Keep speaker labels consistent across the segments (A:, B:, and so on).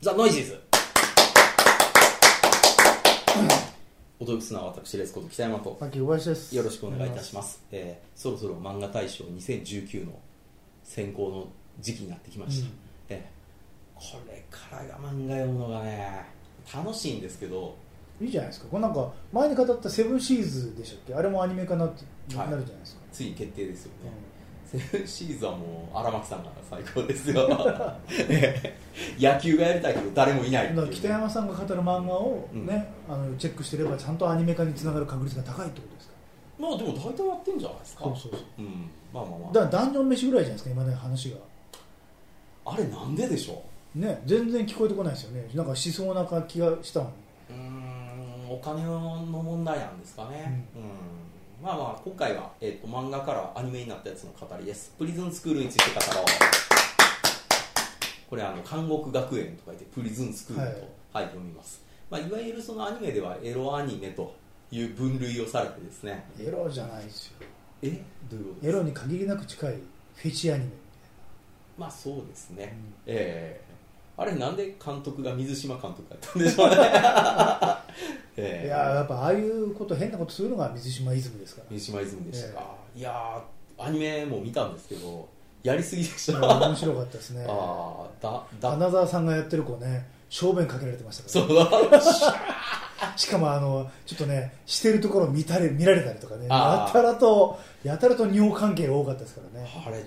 A: ザ・ノイジーズお届けするのは私レスこと北山と
B: さっき小林です。
A: よろしくお願いいたします、えーそろそろ漫画大賞2019の選考の時期になってきました、
B: うん
A: えーこれからが漫画読むのがね楽しいんですけど
B: いいじゃないですか。これなんか前に語ったセブンシーズでしたっけ？あれもアニメ化なって、
A: はい
B: なるじゃないですか。
A: ついに決定ですよ
B: う
A: ね、
B: ん
A: セブンシーズはもう荒牧さんが最高ですよ えー野球がやりたいけど誰もいないっていう
B: だ
A: ね、
B: から北山さんが語る漫画を
A: うん
B: ね、あのチェックしてればちゃんとアニメ化につながる確率が高いってことですか。
A: まあでも大体やってんじゃないですか
B: そうそうそう。
A: うんまあまあまあ
B: だからダンジョン飯ぐらいじゃないですか。今ね話が
A: あれなんででしょ
B: ね全然聞こえてこないですよね。なんかしそうな気がしたもん。
A: ううーんお金の問題なんですかねうん、まあまあ今回は、えっと漫画からアニメになったやつの語りですプリズンスクールについて語ろうこれあの監獄学園と書いてプリズンスクールと、はい読みます、まあ、いわゆるそのアニメではエロアニメという分類をされてですね
B: エロじゃないですよ。
A: えどういうことです
B: エ
A: か
B: ロに限りなく近いフェチアニメ。
A: まあそうですね、
B: うん
A: ええあれなんで監督が水島監督だったんでしょう ね、ええ
B: いやーやっぱああいうこと変なことするのが水島イズムですから。
A: 水島イズムでしたか、いやーアニメも見たんですけどやりすぎでし
B: い
A: た、
B: や
A: あ
B: 面白かったですね。
A: あだだ
B: 花澤さんがやってる子ね小便かけられてました
A: そ
B: か
A: うあ
B: ら、しかもあのちょっとねしてるところを見たれ見られたりとかね
A: あー
B: やたらとやたらと尿関係が多かったですからね
A: れ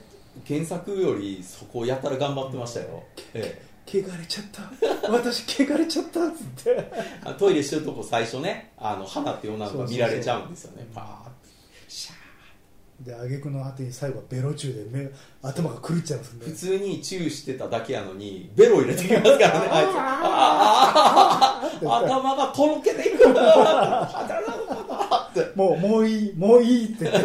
A: 原作よりそこをやたら頑張ってましたよ、え
B: 汚れちゃった私汚れちゃったっつって
A: えあトイレしてるとこ最初ねあの花っていう女の子が見られちゃうんですよね
B: そうそうそう
A: パーってシャー
B: で挙句の果てに最後はベロ中で目頭が狂っちゃいますんで
A: 普通にチューしてただけやのにベロ入れてきますからねあいつあー頭がとろけていくあだらだらって
B: もうもういいもういいって言って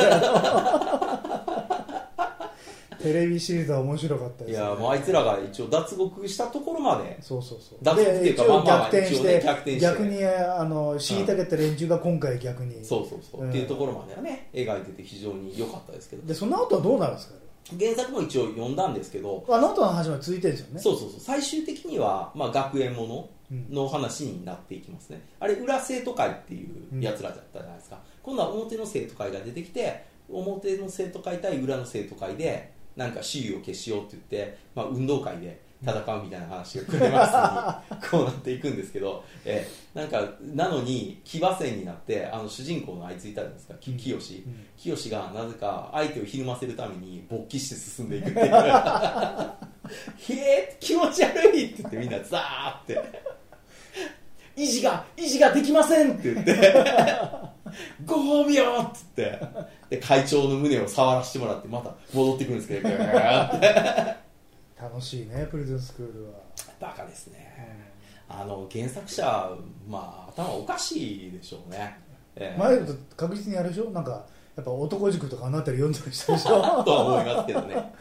B: テレビシリーズは面白かったです、
A: いやもうあいつらが一応脱獄したところまで
B: そうそうそう
A: 脱獄っていうか
B: で一
A: まあ
B: 応
A: まあ
B: 逆転し
A: 一応
B: て
A: ね逆転して
B: 逆にあの虐げた連中が今回逆に
A: そうそうそう、
B: うん
A: っていうところまではね描いてて非常に良かったですけど
B: でその後はどうなるんですか
A: 原作も一応読んだんですけど、
B: あの後の話は続いてるんですよね
A: そうそうそう最終的には、まあ、学園もの
B: うん
A: の話になっていきますねあれ裏生徒会っていうやつらだったじゃないですか、今度は表の生徒会が出てきて表の生徒会対裏の生徒会でなんか周囲を消しようって言って、まあ、運動会で戦うみたいな話がくれ ますにこうなっていくんですけど、えーなんかなのに騎馬戦になってあの主人公のあいついたじゃないですかき
B: うん
A: 清志
B: うん
A: 清がなぜか相手をひるませるために勃起して進んでい くっていうへえ気持ち悪いって言ってみんなザーって維持が維持ができませんって言 ってご褒美よって言ってで会長の胸を触らせてもらってまた戻ってくるんですけ どぐーって
B: 楽しいねプリズンスクールは、
A: バカですねあの原作者まあ頭おかしいでしょうね、ええ
B: 前だと確実にあれでしょなんかやっぱ男塾とかあの辺り読んだりしたで しょ
A: とは思いますけどね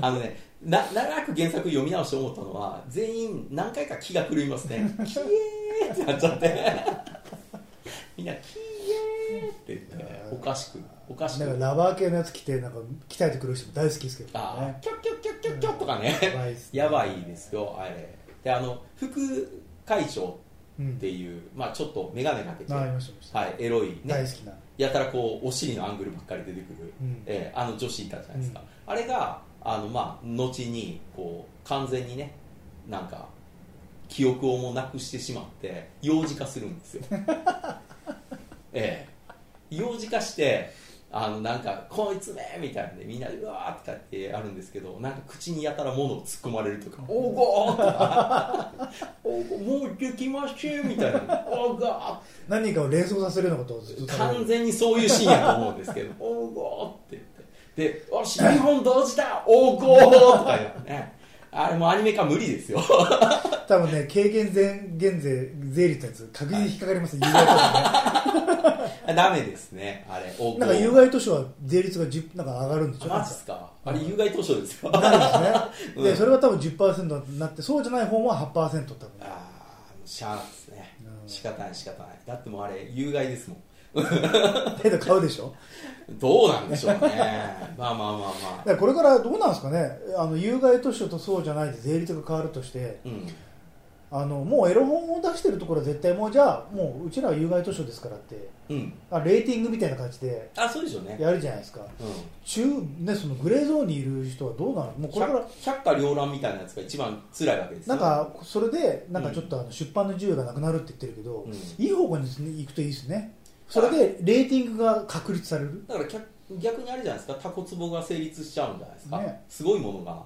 A: あのねな長く原作読み直して思ったのは全員何回か気が狂いますね「キエー!」ってなっちゃってみんな「キエー!」って言っておかしくおかし
B: なんか
A: く
B: ラバー系のやつ着てなんか鍛えてくる人も大好きですけど
A: あー
B: ね
A: キョッキョッキョッキョッキョッとかね
B: やばいっすね
A: やばいですよあれであの副会長
B: うん
A: っていう、まあ、ちょっと眼鏡かけて、
B: ああ
A: は
B: りましたありました、
A: い、エロい、ね
B: 大、好きな
A: やたらこうお尻のアングルばっかり出てくる、
B: うん
A: えーあの女子いたじゃないですか、
B: うん
A: あれがあのまあ後にこう完全にねなんか記憶をもうなくしてしまって幼児化するん ですよええ幼児化してあのなんか「こいつめ!」みたいなんでみんな「うわ!」とかってやるんですけどなんか口にやたら物を突っ込まれるとか「おーごー!」とか「 おーごーもうできません」みたいな「おーごー!」
B: 何かを連想させるようなことをずっと食べ
A: 完
B: る
A: 全にそういうシーンやと思うんです けど「おうごー」って言って「でよし日本同時だおうごー」とか言ってねあれもうアニメ化無理ですよ
B: 多分ね軽減税減税税率のやつ確実に引っかかりますね有害とか
A: ダメですねあれおうごー
B: ねなんか有害図書は税率が10なんか上がるんでし
A: あ
B: ょ
A: マジっすかあれ有害図書ですよあ
B: なるんですね、
A: うん
B: でそれは多分10%になってそうじゃない方は8%多分
A: あもうしゃあないですね
B: うん
A: 仕方ない仕方ないだってもうあれ有害ですもん
B: 手で買うでしょ
A: どうなんでしょうね まあまあまあま
B: だ
A: あ
B: からこれからどうなんですかねあの有害図書とそうじゃないで税率が変わるとして
A: うん
B: あのもうエロ本を出してるところは絶対もうじゃあもううちらは有害図書ですからって
A: うん
B: あレーティングみたいな感じで
A: あそうでしょうね、
B: やるじゃないですか
A: うん、
B: 中ねそのグレーゾーンにいる人はどうなのもうこれから
A: 百百花繚乱みたいなやつが一番辛いわけです
B: な
A: よ
B: んかそれでなんかちょっとあの出版の自由がなくなるって言ってるけど、
A: うん
B: いい方向に行くといいですねそれでレーティングが確立される
A: だから逆逆にあれじゃないですかタコツボが成立しちゃうんじゃないですか、
B: ね
A: すごいものが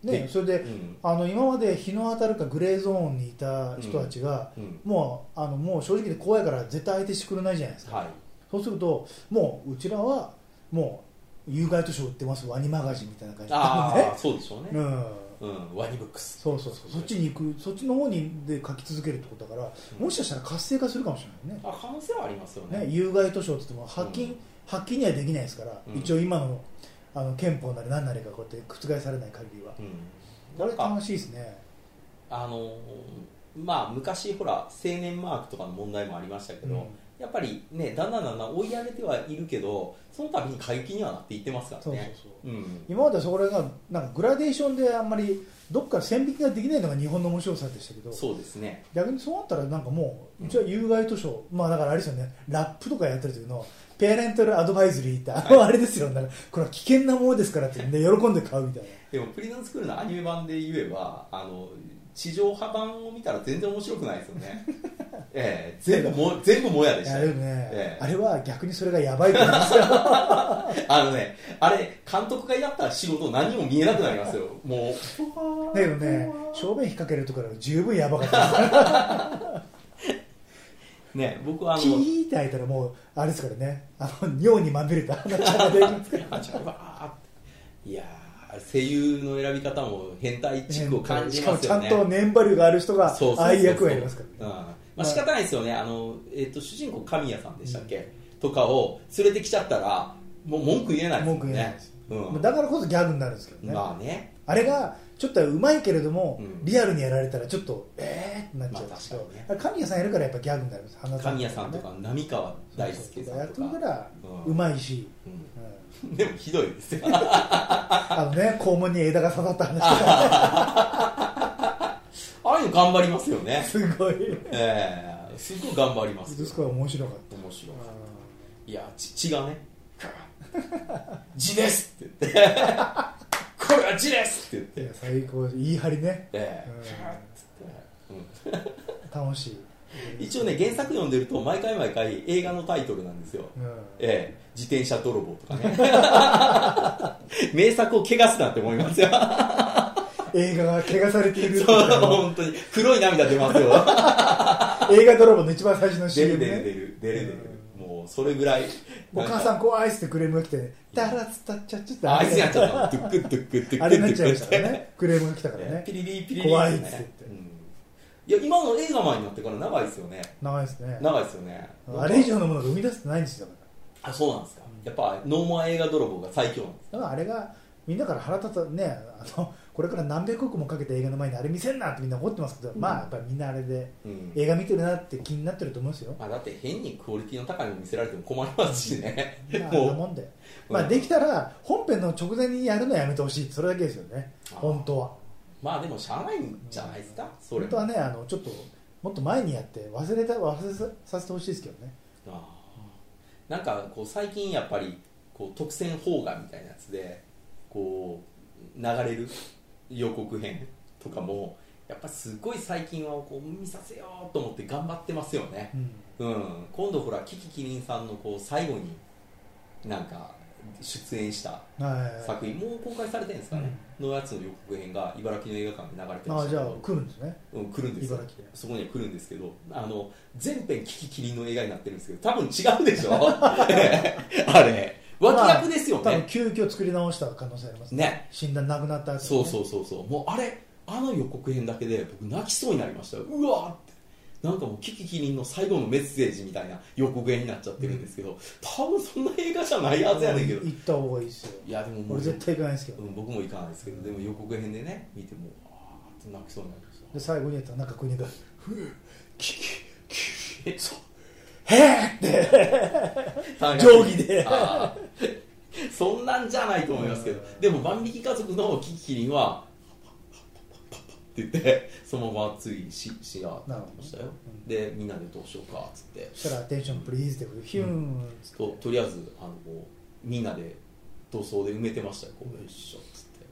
B: ね
A: ね
B: それで、
A: うん
B: あの今まで日の当たるかグレーゾーンにいた人たちが、
A: うん
B: もうあのもう正直で怖いから絶対相手してくれないじゃないですか、
A: はい
B: そうするともううちらはもう有害図書売ってますワニマガジンみたいな感じ
A: ああ、
B: ね
A: そうでしょうね、
B: うん
A: うん、ワニブックス
B: そうそうそうそっちに行くそっちの方にで書き続けるってことだから、
A: うん
B: もしかしたら活性化するかもしれないね
A: あ可能性はありますよね
B: ね有害図書って言っても発
A: う
B: 禁、
A: ん
B: 発禁にはできないですから、
A: うん
B: 一応今のあの憲法なり何なりがこうやって覆されない限りは、
A: うん、
B: こ
A: な
B: れ
A: んか
B: 楽しいですね
A: あのーまあ昔ほら青年マークとかの問題もありましたけど、
B: うん
A: やっぱりねだんだんだんだん追い上げてはいるけどその度に過激にはなっていってますからね
B: そうそうそう
A: うん
B: 今まではそれがなんかグラデーションであんまりどっから線引きができないのが日本の面白さでしたけど
A: そうですね
B: 逆にそうなったらなんかもううちは有害図書、まあだからあれですよねラップとかやってる時のペアレンタルアドバイズリーってあのあれですよ、なんかこれは危険なものですからってんで喜んで買うみたいな
A: でもプリズンスクールのアニメ版で言えばあの地上波版を見たら全然面白くないですよね ええ全部も全部もやでした
B: あ
A: よ
B: れね、
A: ええ
B: あれは逆にそれがやばいと思いますよ
A: あのねあれ監督がやったら仕事何も見えなくなりますよもう
B: だけどね正面引っ掛けるところは十分やばかったです
A: ね僕はあの
B: キーって開いたらもうあれですからねあの尿にまみれた鼻から出るんですから
A: あじゃあうわーいやー声優の選び方も変態チックを感じます
B: しか
A: よ
B: も
A: ね
B: ちゃんと年バリューがある人が
A: そうそうそうそう
B: ああいう役をやりますか
A: う
B: ら
A: ん
B: ね
A: まあ、仕方ないですよねあの、えっと主人公神谷さんでしたっけ、とかを連れてきちゃったらもう文句言えないですもんね
B: 文句言えないです
A: うん
B: まあだからこそギャグになるんですけどね、
A: まあね
B: あれがちょっとうまいけれども、
A: うん
B: リアルにやられたらちょっとえーってなっちゃうんですけ
A: まあ
B: ど
A: 確かにね、
B: あれ神谷さんやるからやっぱギャグになるんです花
A: 神谷さんとか浪川大輔さ
B: や
A: ん
B: っ
A: と
B: てるか
A: からうん
B: うまいし、
A: う
B: うん
A: んでもひどいですよ
B: あのね肛門に枝が刺さった話とか
A: ああいうの頑張りますよね
B: す ごい
A: ええすごい頑張りますよ
B: すごい面白かっ
A: 面白い
B: た、
A: いやち血がね 「字です!」って言って「これは字です!」って
B: い
A: 言っ
B: や
A: て
B: 最高言い張りね
A: ええ
B: うん
A: つ って
B: 楽しい、
A: うん一応ね原作読んでると毎回毎回映画のタイトルなんですよ、
B: うん
A: ええ自転車泥棒とかね 名作を汚すなって思いますよ
B: 映画が汚されているって い
A: そうう
B: のは
A: 本当に黒い涙出ますよ
B: 映画泥棒の一番最初の
A: 出る
B: CM
A: 出
B: ね
A: る出る出る出るもうそれぐらい
B: お母さ
A: ん
B: ん怖いっつってクレームが来て「ダラツタッチャッチャ」って
A: あいつになっちゃったドゥックドゥックドゥックドゥック
B: あれになっちゃいましたから ねクレームが来たからね
A: ピリリピリリ
B: 怖いっつって言って
A: うんいや今の映画前になってから長いですよね
B: 長いですね
A: 長いですよね
B: あれ以上のものが生み出せてないんですよだか
A: あそうなんですかやっぱノーマー映画泥棒が最強なんです
B: らだからあれがみんなから腹立たねあのこれから何百億もかけた映画の前にあれ見せんなってみんな怒ってますけど、まあやっぱりみんなあれで
A: うん
B: 映画見てるなって気になってる と思うんですよ
A: まあ、だって変にクオリティの高いの見せられても困りますしね
B: まあ、あんな
A: も
B: もんで、まあ、できたら本編の直前にやるのはやめてほしいそれだけですよね
A: あー
B: 本当は
A: うまあでもしゃあないんじゃないですかそれ
B: 本当はねあのちょっともっと前にやって忘れた忘れささせてほしいですけどね
A: あーなんかこう最近やっぱりこう特選邦画みたいなやつでこう流れる予告編とかもやっぱすごい最近はこう見させようと思って頑張ってますよね、
B: うん
A: うん、今度ほらキキキリンさんのこう最後になんか出演した
B: はい
A: 作品もう公開されてるんですかね、のやつの予告編が茨城の映画館で流れてま
B: あ
A: し
B: あ
A: た
B: じ
A: け
B: ゃあ
A: ど
B: 来るんですね
A: うん、来るんですよ
B: 茨城で
A: そこには来るんですけどあの全編キキキリンの映画になってるんですけど多分違うでし ょ あれ脇役ですよ
B: まあ多
A: ね
B: 分急遽作り直した可能性ありますね
A: ね
B: 診断なくなった後、ね、
A: そうそうそうそうもうあれあの予告編だけで僕泣きそうになりましたようわーってなんかもうキキキリンの最後のメッセージみたいな予告編になっちゃってるんですけど、多分そんな映画じゃないはずやねんけどい
B: 行った方がいいですよ
A: やでももう
B: 俺絶対行かないですけど、
A: うん、僕も行かないですけどでも予告編でね見てもうあーって泣きそうになりました
B: で最後にやったらなんか国が
A: キキキリンそう
B: 「へ え!」って 定規で
A: あーそんなんじゃないと思いますけどでも万引き家族のキキキリンは言ってそのままついししがってましたよ、
B: うん
A: でみんなでどうしようかっつって
B: そしたら「アテンションプリーズ」ってことでヒューンっつって
A: ととりあえずあのもうみんなで塗装で埋めてましたよこ
B: う
A: うんよいしょっつって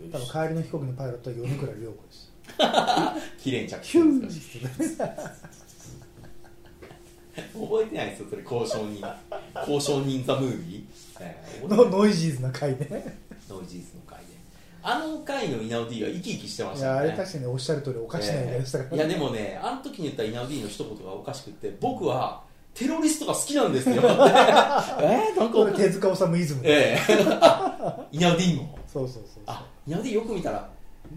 B: 多
A: よい
B: 分
A: し
B: 帰
A: ょ
B: りの飛行機のパイロットは米倉涼 子です
A: きれいに着地
B: ヒューン
A: 難
B: っ
A: しい
B: つって
A: 覚えてないですよそれ交渉人 交渉人ザムービー、えー覚えて
B: ノ
A: ない
B: ノイジーズな回ね
A: ノイジーズの回であの回の稲尾 D が生き生きしてま
B: い
A: した
B: やあ
A: よね
B: れ確かにおっしゃる通りおかしな映画でしたから
A: えーいやでもねあの時に言った稲尾 D の一言がおかしくって僕はテロリストが好きなんですよってえー、なんか
B: こ
A: お
B: れ
A: かしい
B: 手塚治虫イズム
A: えー、あ稲尾 D も
B: そうそうそう
A: あ稲尾 D よく見たら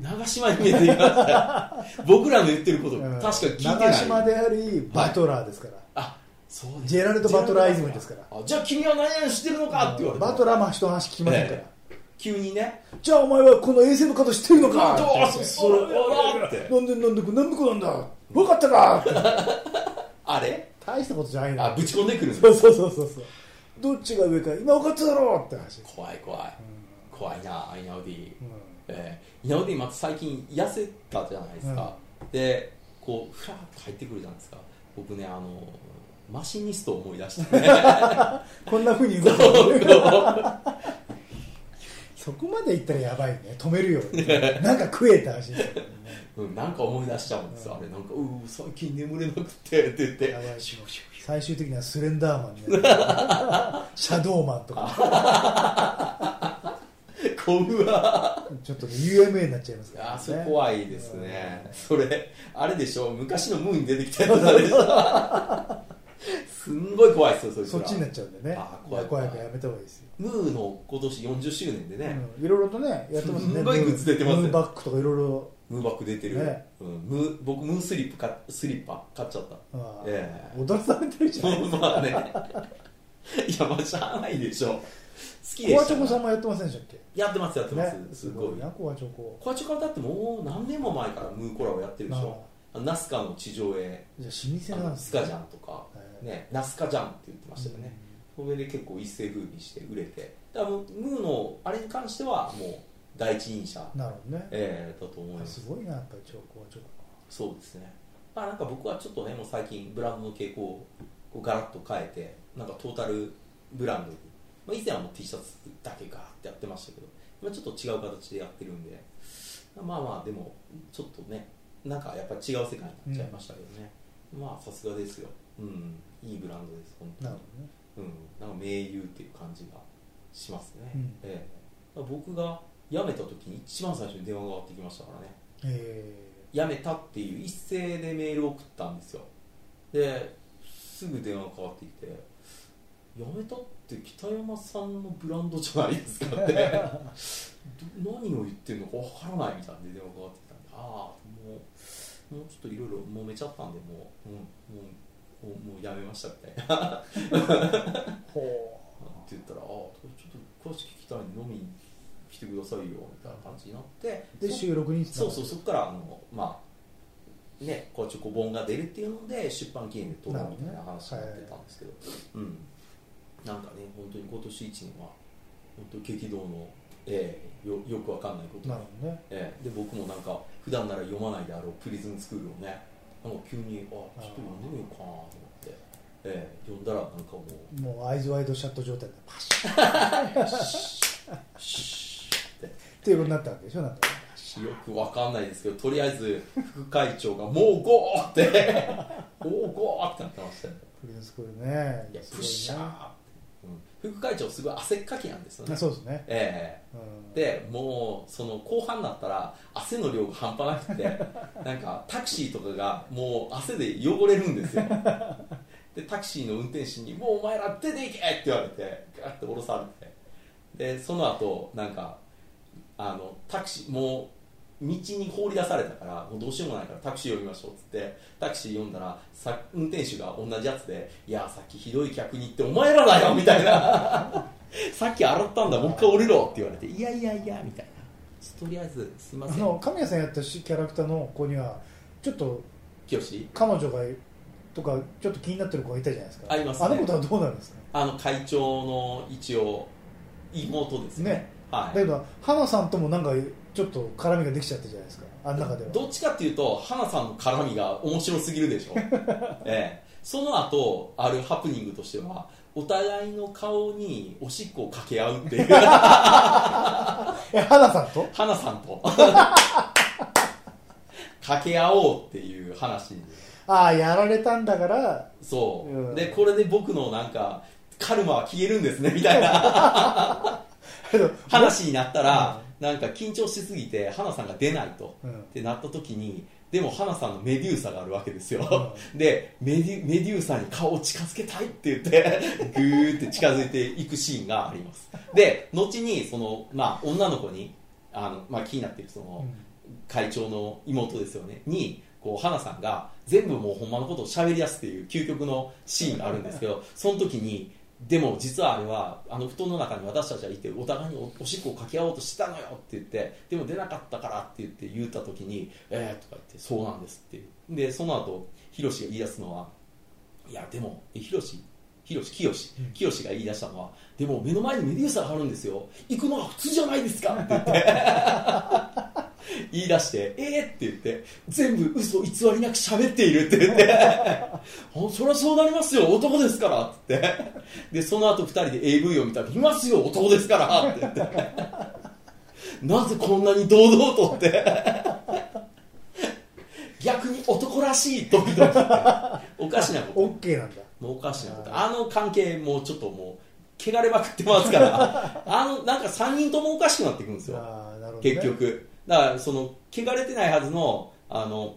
A: 長島に見えていましたよ僕らの言ってること、
B: うん
A: 確か聞いてない
B: 長島でありバトラーですから、
A: あそうだ
B: ジェラルドバトラーイズムですから
A: あじゃあ君は何々してるのかって言われて
B: バトラーは人の話聞きませんから、
A: え急にね
B: じゃあお前はこの衛星の方知ってるのか
A: どう
B: って言って
A: そう
B: れ
A: そう
B: なんでなんでなんでこうなんだ分かったかって
A: あれ
B: 大したことじゃない
A: あ
B: な
A: ぶち込んでくるの
B: そうそうそうそうそうどっちが上か今分かっただろうって話、
A: 怖い怖い怖いな稲尾 D
B: うん
A: えー、稲尾 D また最近痩せたじゃないですか、でこうふらっと入ってくるじゃないですか僕ねあのマシニストを思い出してね
B: こんなふうに動く そこまでいったらやばいね止めるよなんか食えって話ですよね
A: うん、なんか思い出しちゃうんですよ、あれなんか「うう最近眠れなくて」って言って
B: やばい
A: シュワシュワシュ
B: 最終的にはスレンダーマンになるシャドーマンとか
A: ワ怖い
B: ちょっとね UMA になっちゃいますから、ね、
A: あそれ怖いですね、それあれでしょ昔のムーに出てきたや
B: そう
A: つあれ
B: そう
A: でし
B: そ
A: ょ
B: う
A: すんごい怖いですよそいつ
B: そ
A: ら
B: っちになっちゃうんでね
A: あ怖い
B: 怖いからやめた方がいいですよ
A: ムーの今年40周年でね、
B: うんいろいろとねやってますね
A: すんごいグッズ出てますよ
B: ムーバックとかいろいろ
A: ムーバック出てる、
B: ね
A: うん、ムー僕ムースリップかスリッパ買っちゃった
B: ああ
A: ええ
B: 踊らされてるじゃないですか
A: まあねいやまあしゃあないでしょ好きで
B: コア
A: し
B: チョコさ
A: た
B: んもやってませんでしたっ
A: やってますやって
B: け
A: ます、
B: ね
A: すごい
B: なコアチョコ
A: コアチョコはだってもう何年も前からムーコラボやってるでし
B: なる
A: ょあナスカの地上絵
B: じゃあ
A: あ
B: 老舗なん
A: の
B: です
A: スカジャンとか、
B: はい
A: ね、ナスカジャンって言ってましたよね、それで結構一世風靡して売れて多分ムーのあれに関してはもう第一人者、
B: なるほどね
A: えーだと思います
B: すごいなやっぱりチョコはチョコ
A: そうですねまあなんか僕はちょっとねもう最近ブランドの傾向をこうガラッと変えてなんかトータルブランドに、まあ、以前はもう T シャツだけガーってやってましたけど今ちょっと違う形でやってるんでまあまあでもちょっとねなんかやっぱ違う世界になっちゃいましたけどね、まあさすがですようんいいブランドです本当
B: な
A: に
B: るほどね
A: うん、なんか盟友っていう感じがしますね、
B: うん
A: ええ僕が辞めた時に一番最初に電話がかかってきましたからね
B: え
A: 辞めたっていう一斉でメールを送ったんですよですぐ電話かかってきて「辞めたって北山さんのブランドじゃないですか」ってど何を言ってるのかわからないみたいで電話かかってきたんで「ああもうもうちょっといろいろ揉めちゃったんでもう、うん、もうもうもう辞めました」みたいな
B: ー、ほ
A: って言ったら「ああちょっと詳しく聞きたいんで飲みに来てくださいよ」みたいな感じになって
B: うで
A: そ
B: 収録に
A: そうそうそこからあのまあねこうチョコ本が出るっていうので出版記念で撮ろうみたいな話になってたんですけど、うんなんかね本当に今年一年は本当激動の、ええよよくわかんないこと
B: なるほどね
A: ええで僕もなんか普段なら読まないであろうプリズムスクールをねなんか急にあちょっと読んでみようかなと思って、ええ読んだらなんかもう
B: もうアイズワイドシャット状態でパシッ
A: シーって
B: っていうことになったわけでしょなんか
A: よくわかんないですけどとりあえず副会長が「もうゴー!」って「もうゴー!」ってなってましたよ
B: プリズムスクールね
A: いや
B: す
A: プ
B: ごい
A: ッ
B: ね
A: シャーって、うん副会長すごい汗っかきなんですよね
B: あそうですね、
A: ええ
B: うん、
A: でもうその後半になったら汗の量が半端なくて なんかタクシーとかがもう汗で汚れるんですよでタクシーの運転手に「もうお前ら出ていけ!」って言われてガーって降ろされてでその後なんかあのタクシーもう道に放り出されたからもうどうしようもないからタクシー呼びましょうっつってタクシー呼んだらさ運転手が同じやつで「いやさっきひどい客に行ってお前らだよ」みたいな 「さっき洗ったんだもう一回降りろ」って言われて「いやいやいや」みたいな「とりあえずすいま
B: あ
A: せん
B: の神谷さんやったしキャラクターの子にはちょっと
A: きよし
B: 彼女がとかちょっと気になってる子がいたじゃないですか
A: ありますね
B: あの子とはどうなるんですか
A: あの会長の一応妹ですよ
B: ね
A: はい
B: だけど花さんともなんかちょっと絡みができちゃったじゃないですかあの中では
A: どっちかっていうと花さんの絡みが面白すぎるでしょ、ええ、その後あるハプニングとしてはお互いの顔におしっこをかけ合うって いう
B: え花さんと
A: 花さんと かけ合おうっていう話に
B: ああやられたんだから
A: そう、
B: うん
A: でこれで僕のなんかカルマは消えるんですねみたいな
B: けど
A: 話になったら、なんか緊張しすぎて花さんが出ないと、
B: うん
A: ってなった時にでも花さんのメデューサがあるわけですよ、 でメデュメデューサに顔を近づけたいって言って ぐーって近づいていくシーンがありますで後にその、まあ、女の子にあの、まあ、気になってるその、会長の妹ですよねにこう花さんが全部もうほんまのことを喋り出すっていう究極のシーンがあるんですけどその時にでも実はあれはあの布団の中に私たちはいてお互いにおおしっこをかけ合おうとしたのよって言ってでも出なかったからって言って言った時にえーとか言ってそうなんですってでその後ヒロシが言い出すのはいやでもえヒロシヒロシ清志
B: うん
A: 清志が言い出したのはでも目の前にメデューサがあるんですよ行くのは普通じゃないですかって言って言い出して、えーって言って、全部嘘偽りなく喋っているって言って、あそりゃそうなりますよ、男ですからって言って、で、その後二人で AV を見たら、いますよ、男ですからって言って、なぜこんなに堂々とって、逆に男らしい、時々って、おかしなこと。
B: オッケーなんだ
A: もうおかしなことあの関係もうちょっともう汚れまくってますから あのなんか3人ともおかしくなってくるんですよ
B: ああなるほど、ね、
A: 結局だからその汚れてないはずのあの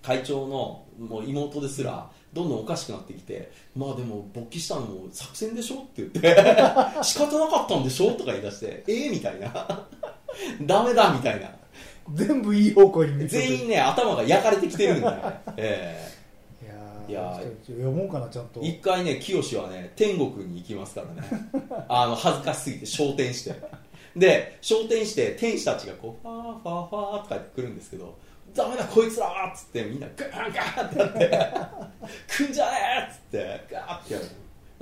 A: 会長のもう妹ですらどんどんおかしくなってきてまあでも勃起したのも作戦でしょって言って 仕方なかったんでしょとか言い出してええみたいな ダメだみたいな
B: 全部いい方向に見せて
A: 全員ね頭が焼かれてきてるんだよね、え
B: いやー
A: いやー
B: ちょっと読もうかなちゃんと
A: え一回ね清はね天国に行きますからねあの恥ずかしすぎて昇天してで昇天して天使たちがこうファーファーファーとか言ってくるんですけどダメだこいつらはっつってみんなガーンガーンってやって来んじゃねえっつってガーってやる、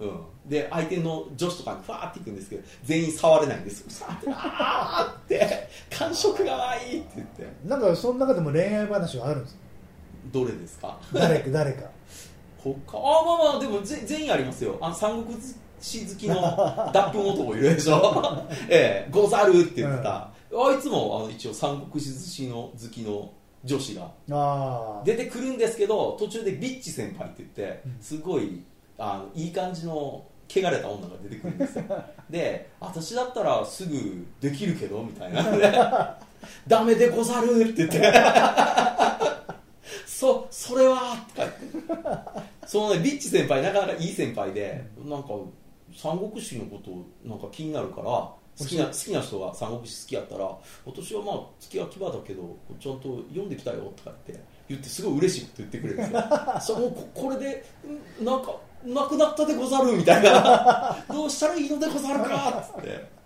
A: うん、で相手の女子とかにファーっていくんですけど全員触れないんですよさーってあーって感触がないって言って
B: なんかその中でも恋愛話はあるんで すよ
A: どれですか
B: 誰か誰か
A: 他あまあまあでもぜ全員ありますよあの三国志好きの脱粉男いるでしょええござるって言ってた、あいつもあの一応三国志好きの好きの女子が
B: ああ
A: 出てくるんですけど途中でビッチ先輩って言って
B: うん
A: すごいあのいい感じの汚れた女が出てくるんです よで私だったらすぐできるけどみたいな ダメでござるって言って そそれはとか言ってそのねビッチ先輩なかなかいい先輩で、なんか三国志のことなんか気になるから好きな好きな人が三国志好きやったら私はまあ月秋葉だけどちゃんと読んできたよとかって言ってすごい嬉しいこと言ってくれるんですよそうもうここれでんなんかなくなったでござるみたいな どうしたらいいのでござるかっつって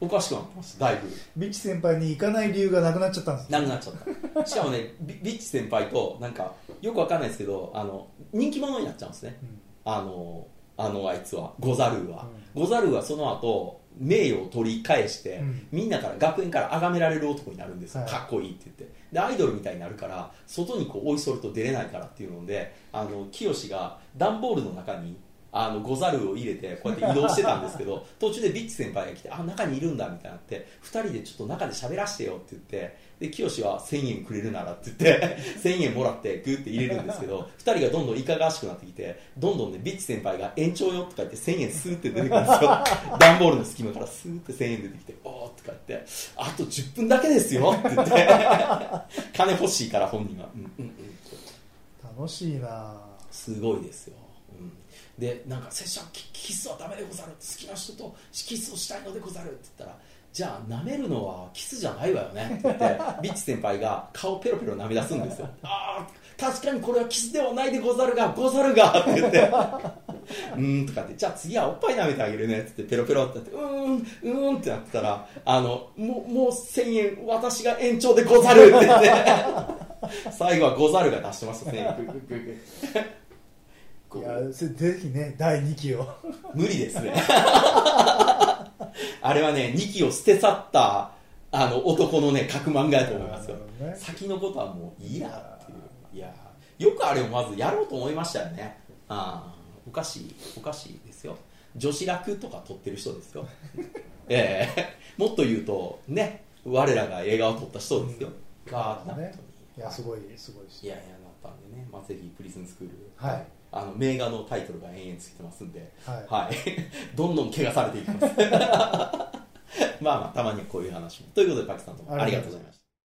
A: おかしくなってましただいぶ
B: ビッチ先輩に行かない理由がなくなっちゃったんですよ
A: なくなっちゃったしかもねビビッチ先輩となんかよくわかんないですけどあの人気者になっちゃうんですね
B: うん
A: あのあのあいつはゴザルーは、ゴザルーはその後名誉を取り返して、
B: うん
A: みんなから学園から崇められる男になるんですよ、
B: はい
A: かっこいいって言ってでアイドルみたいになるから外にこう追いそれと出れないからっていうのであの清が段ボールの中にあのゴザルーを入れてこうやって移動してたんですけど途中でビッチ先輩が来てあ中にいるんだみたいになって2人でちょっと中で喋らせてよって言ってで清は1000円くれるならって言って 1000円もらってグーって入れるんですけど2人がどんどんいかがわしくなってきてどんどんねビッチ先輩が延長よとか言って1000円スーって出てくるんですよ段ボールの隙間からスーって1000円出てきておーとか言ってあと10分だけですよって言って 金欲しいから本人はうんうんうん
B: 楽しいなあ
A: すごいですよ、うん、でなんか拙者キキスはダメでござる好きな人とキスをしたいのでござるって言ったらじゃあ舐めるのはキスじゃないわよねって言ってビッチ先輩が顔ペロペロ舐め出すんですよああ確かにこれはキスではないでござるがござるがって言って うーんとかってじゃあ次はおっぱい舐めてあげるねって言ってペロペロってなってうーんうーんってなってたらあのもうもう1000円私が延長でござるって言って 最後はござるが出してましたね
B: いやそれぜひね第2期を
A: 無理ですねあれはね2機を捨て去ったあの男のね書く漫画やと思いますよ、
B: なるほどね
A: 先のことはもういいやっていういやよくあれをまずやろうと思いましたよねああおかしいおかしいですよ女子楽とか撮ってる人ですよ ええもっと言うとね我らが映画を撮った人ですよ、が
B: なるほどね
A: 本当
B: い
A: に
B: やすごいすご
A: い
B: い
A: やいやなったんでね、まあ、ぜひプリズンスクール、
B: はい
A: あの名画のタイトルが延々ついてますんで、
B: はい
A: い どんどん 怪我されていきますまあまあたまにはこういう話もということでパキさんどうもありがとうございました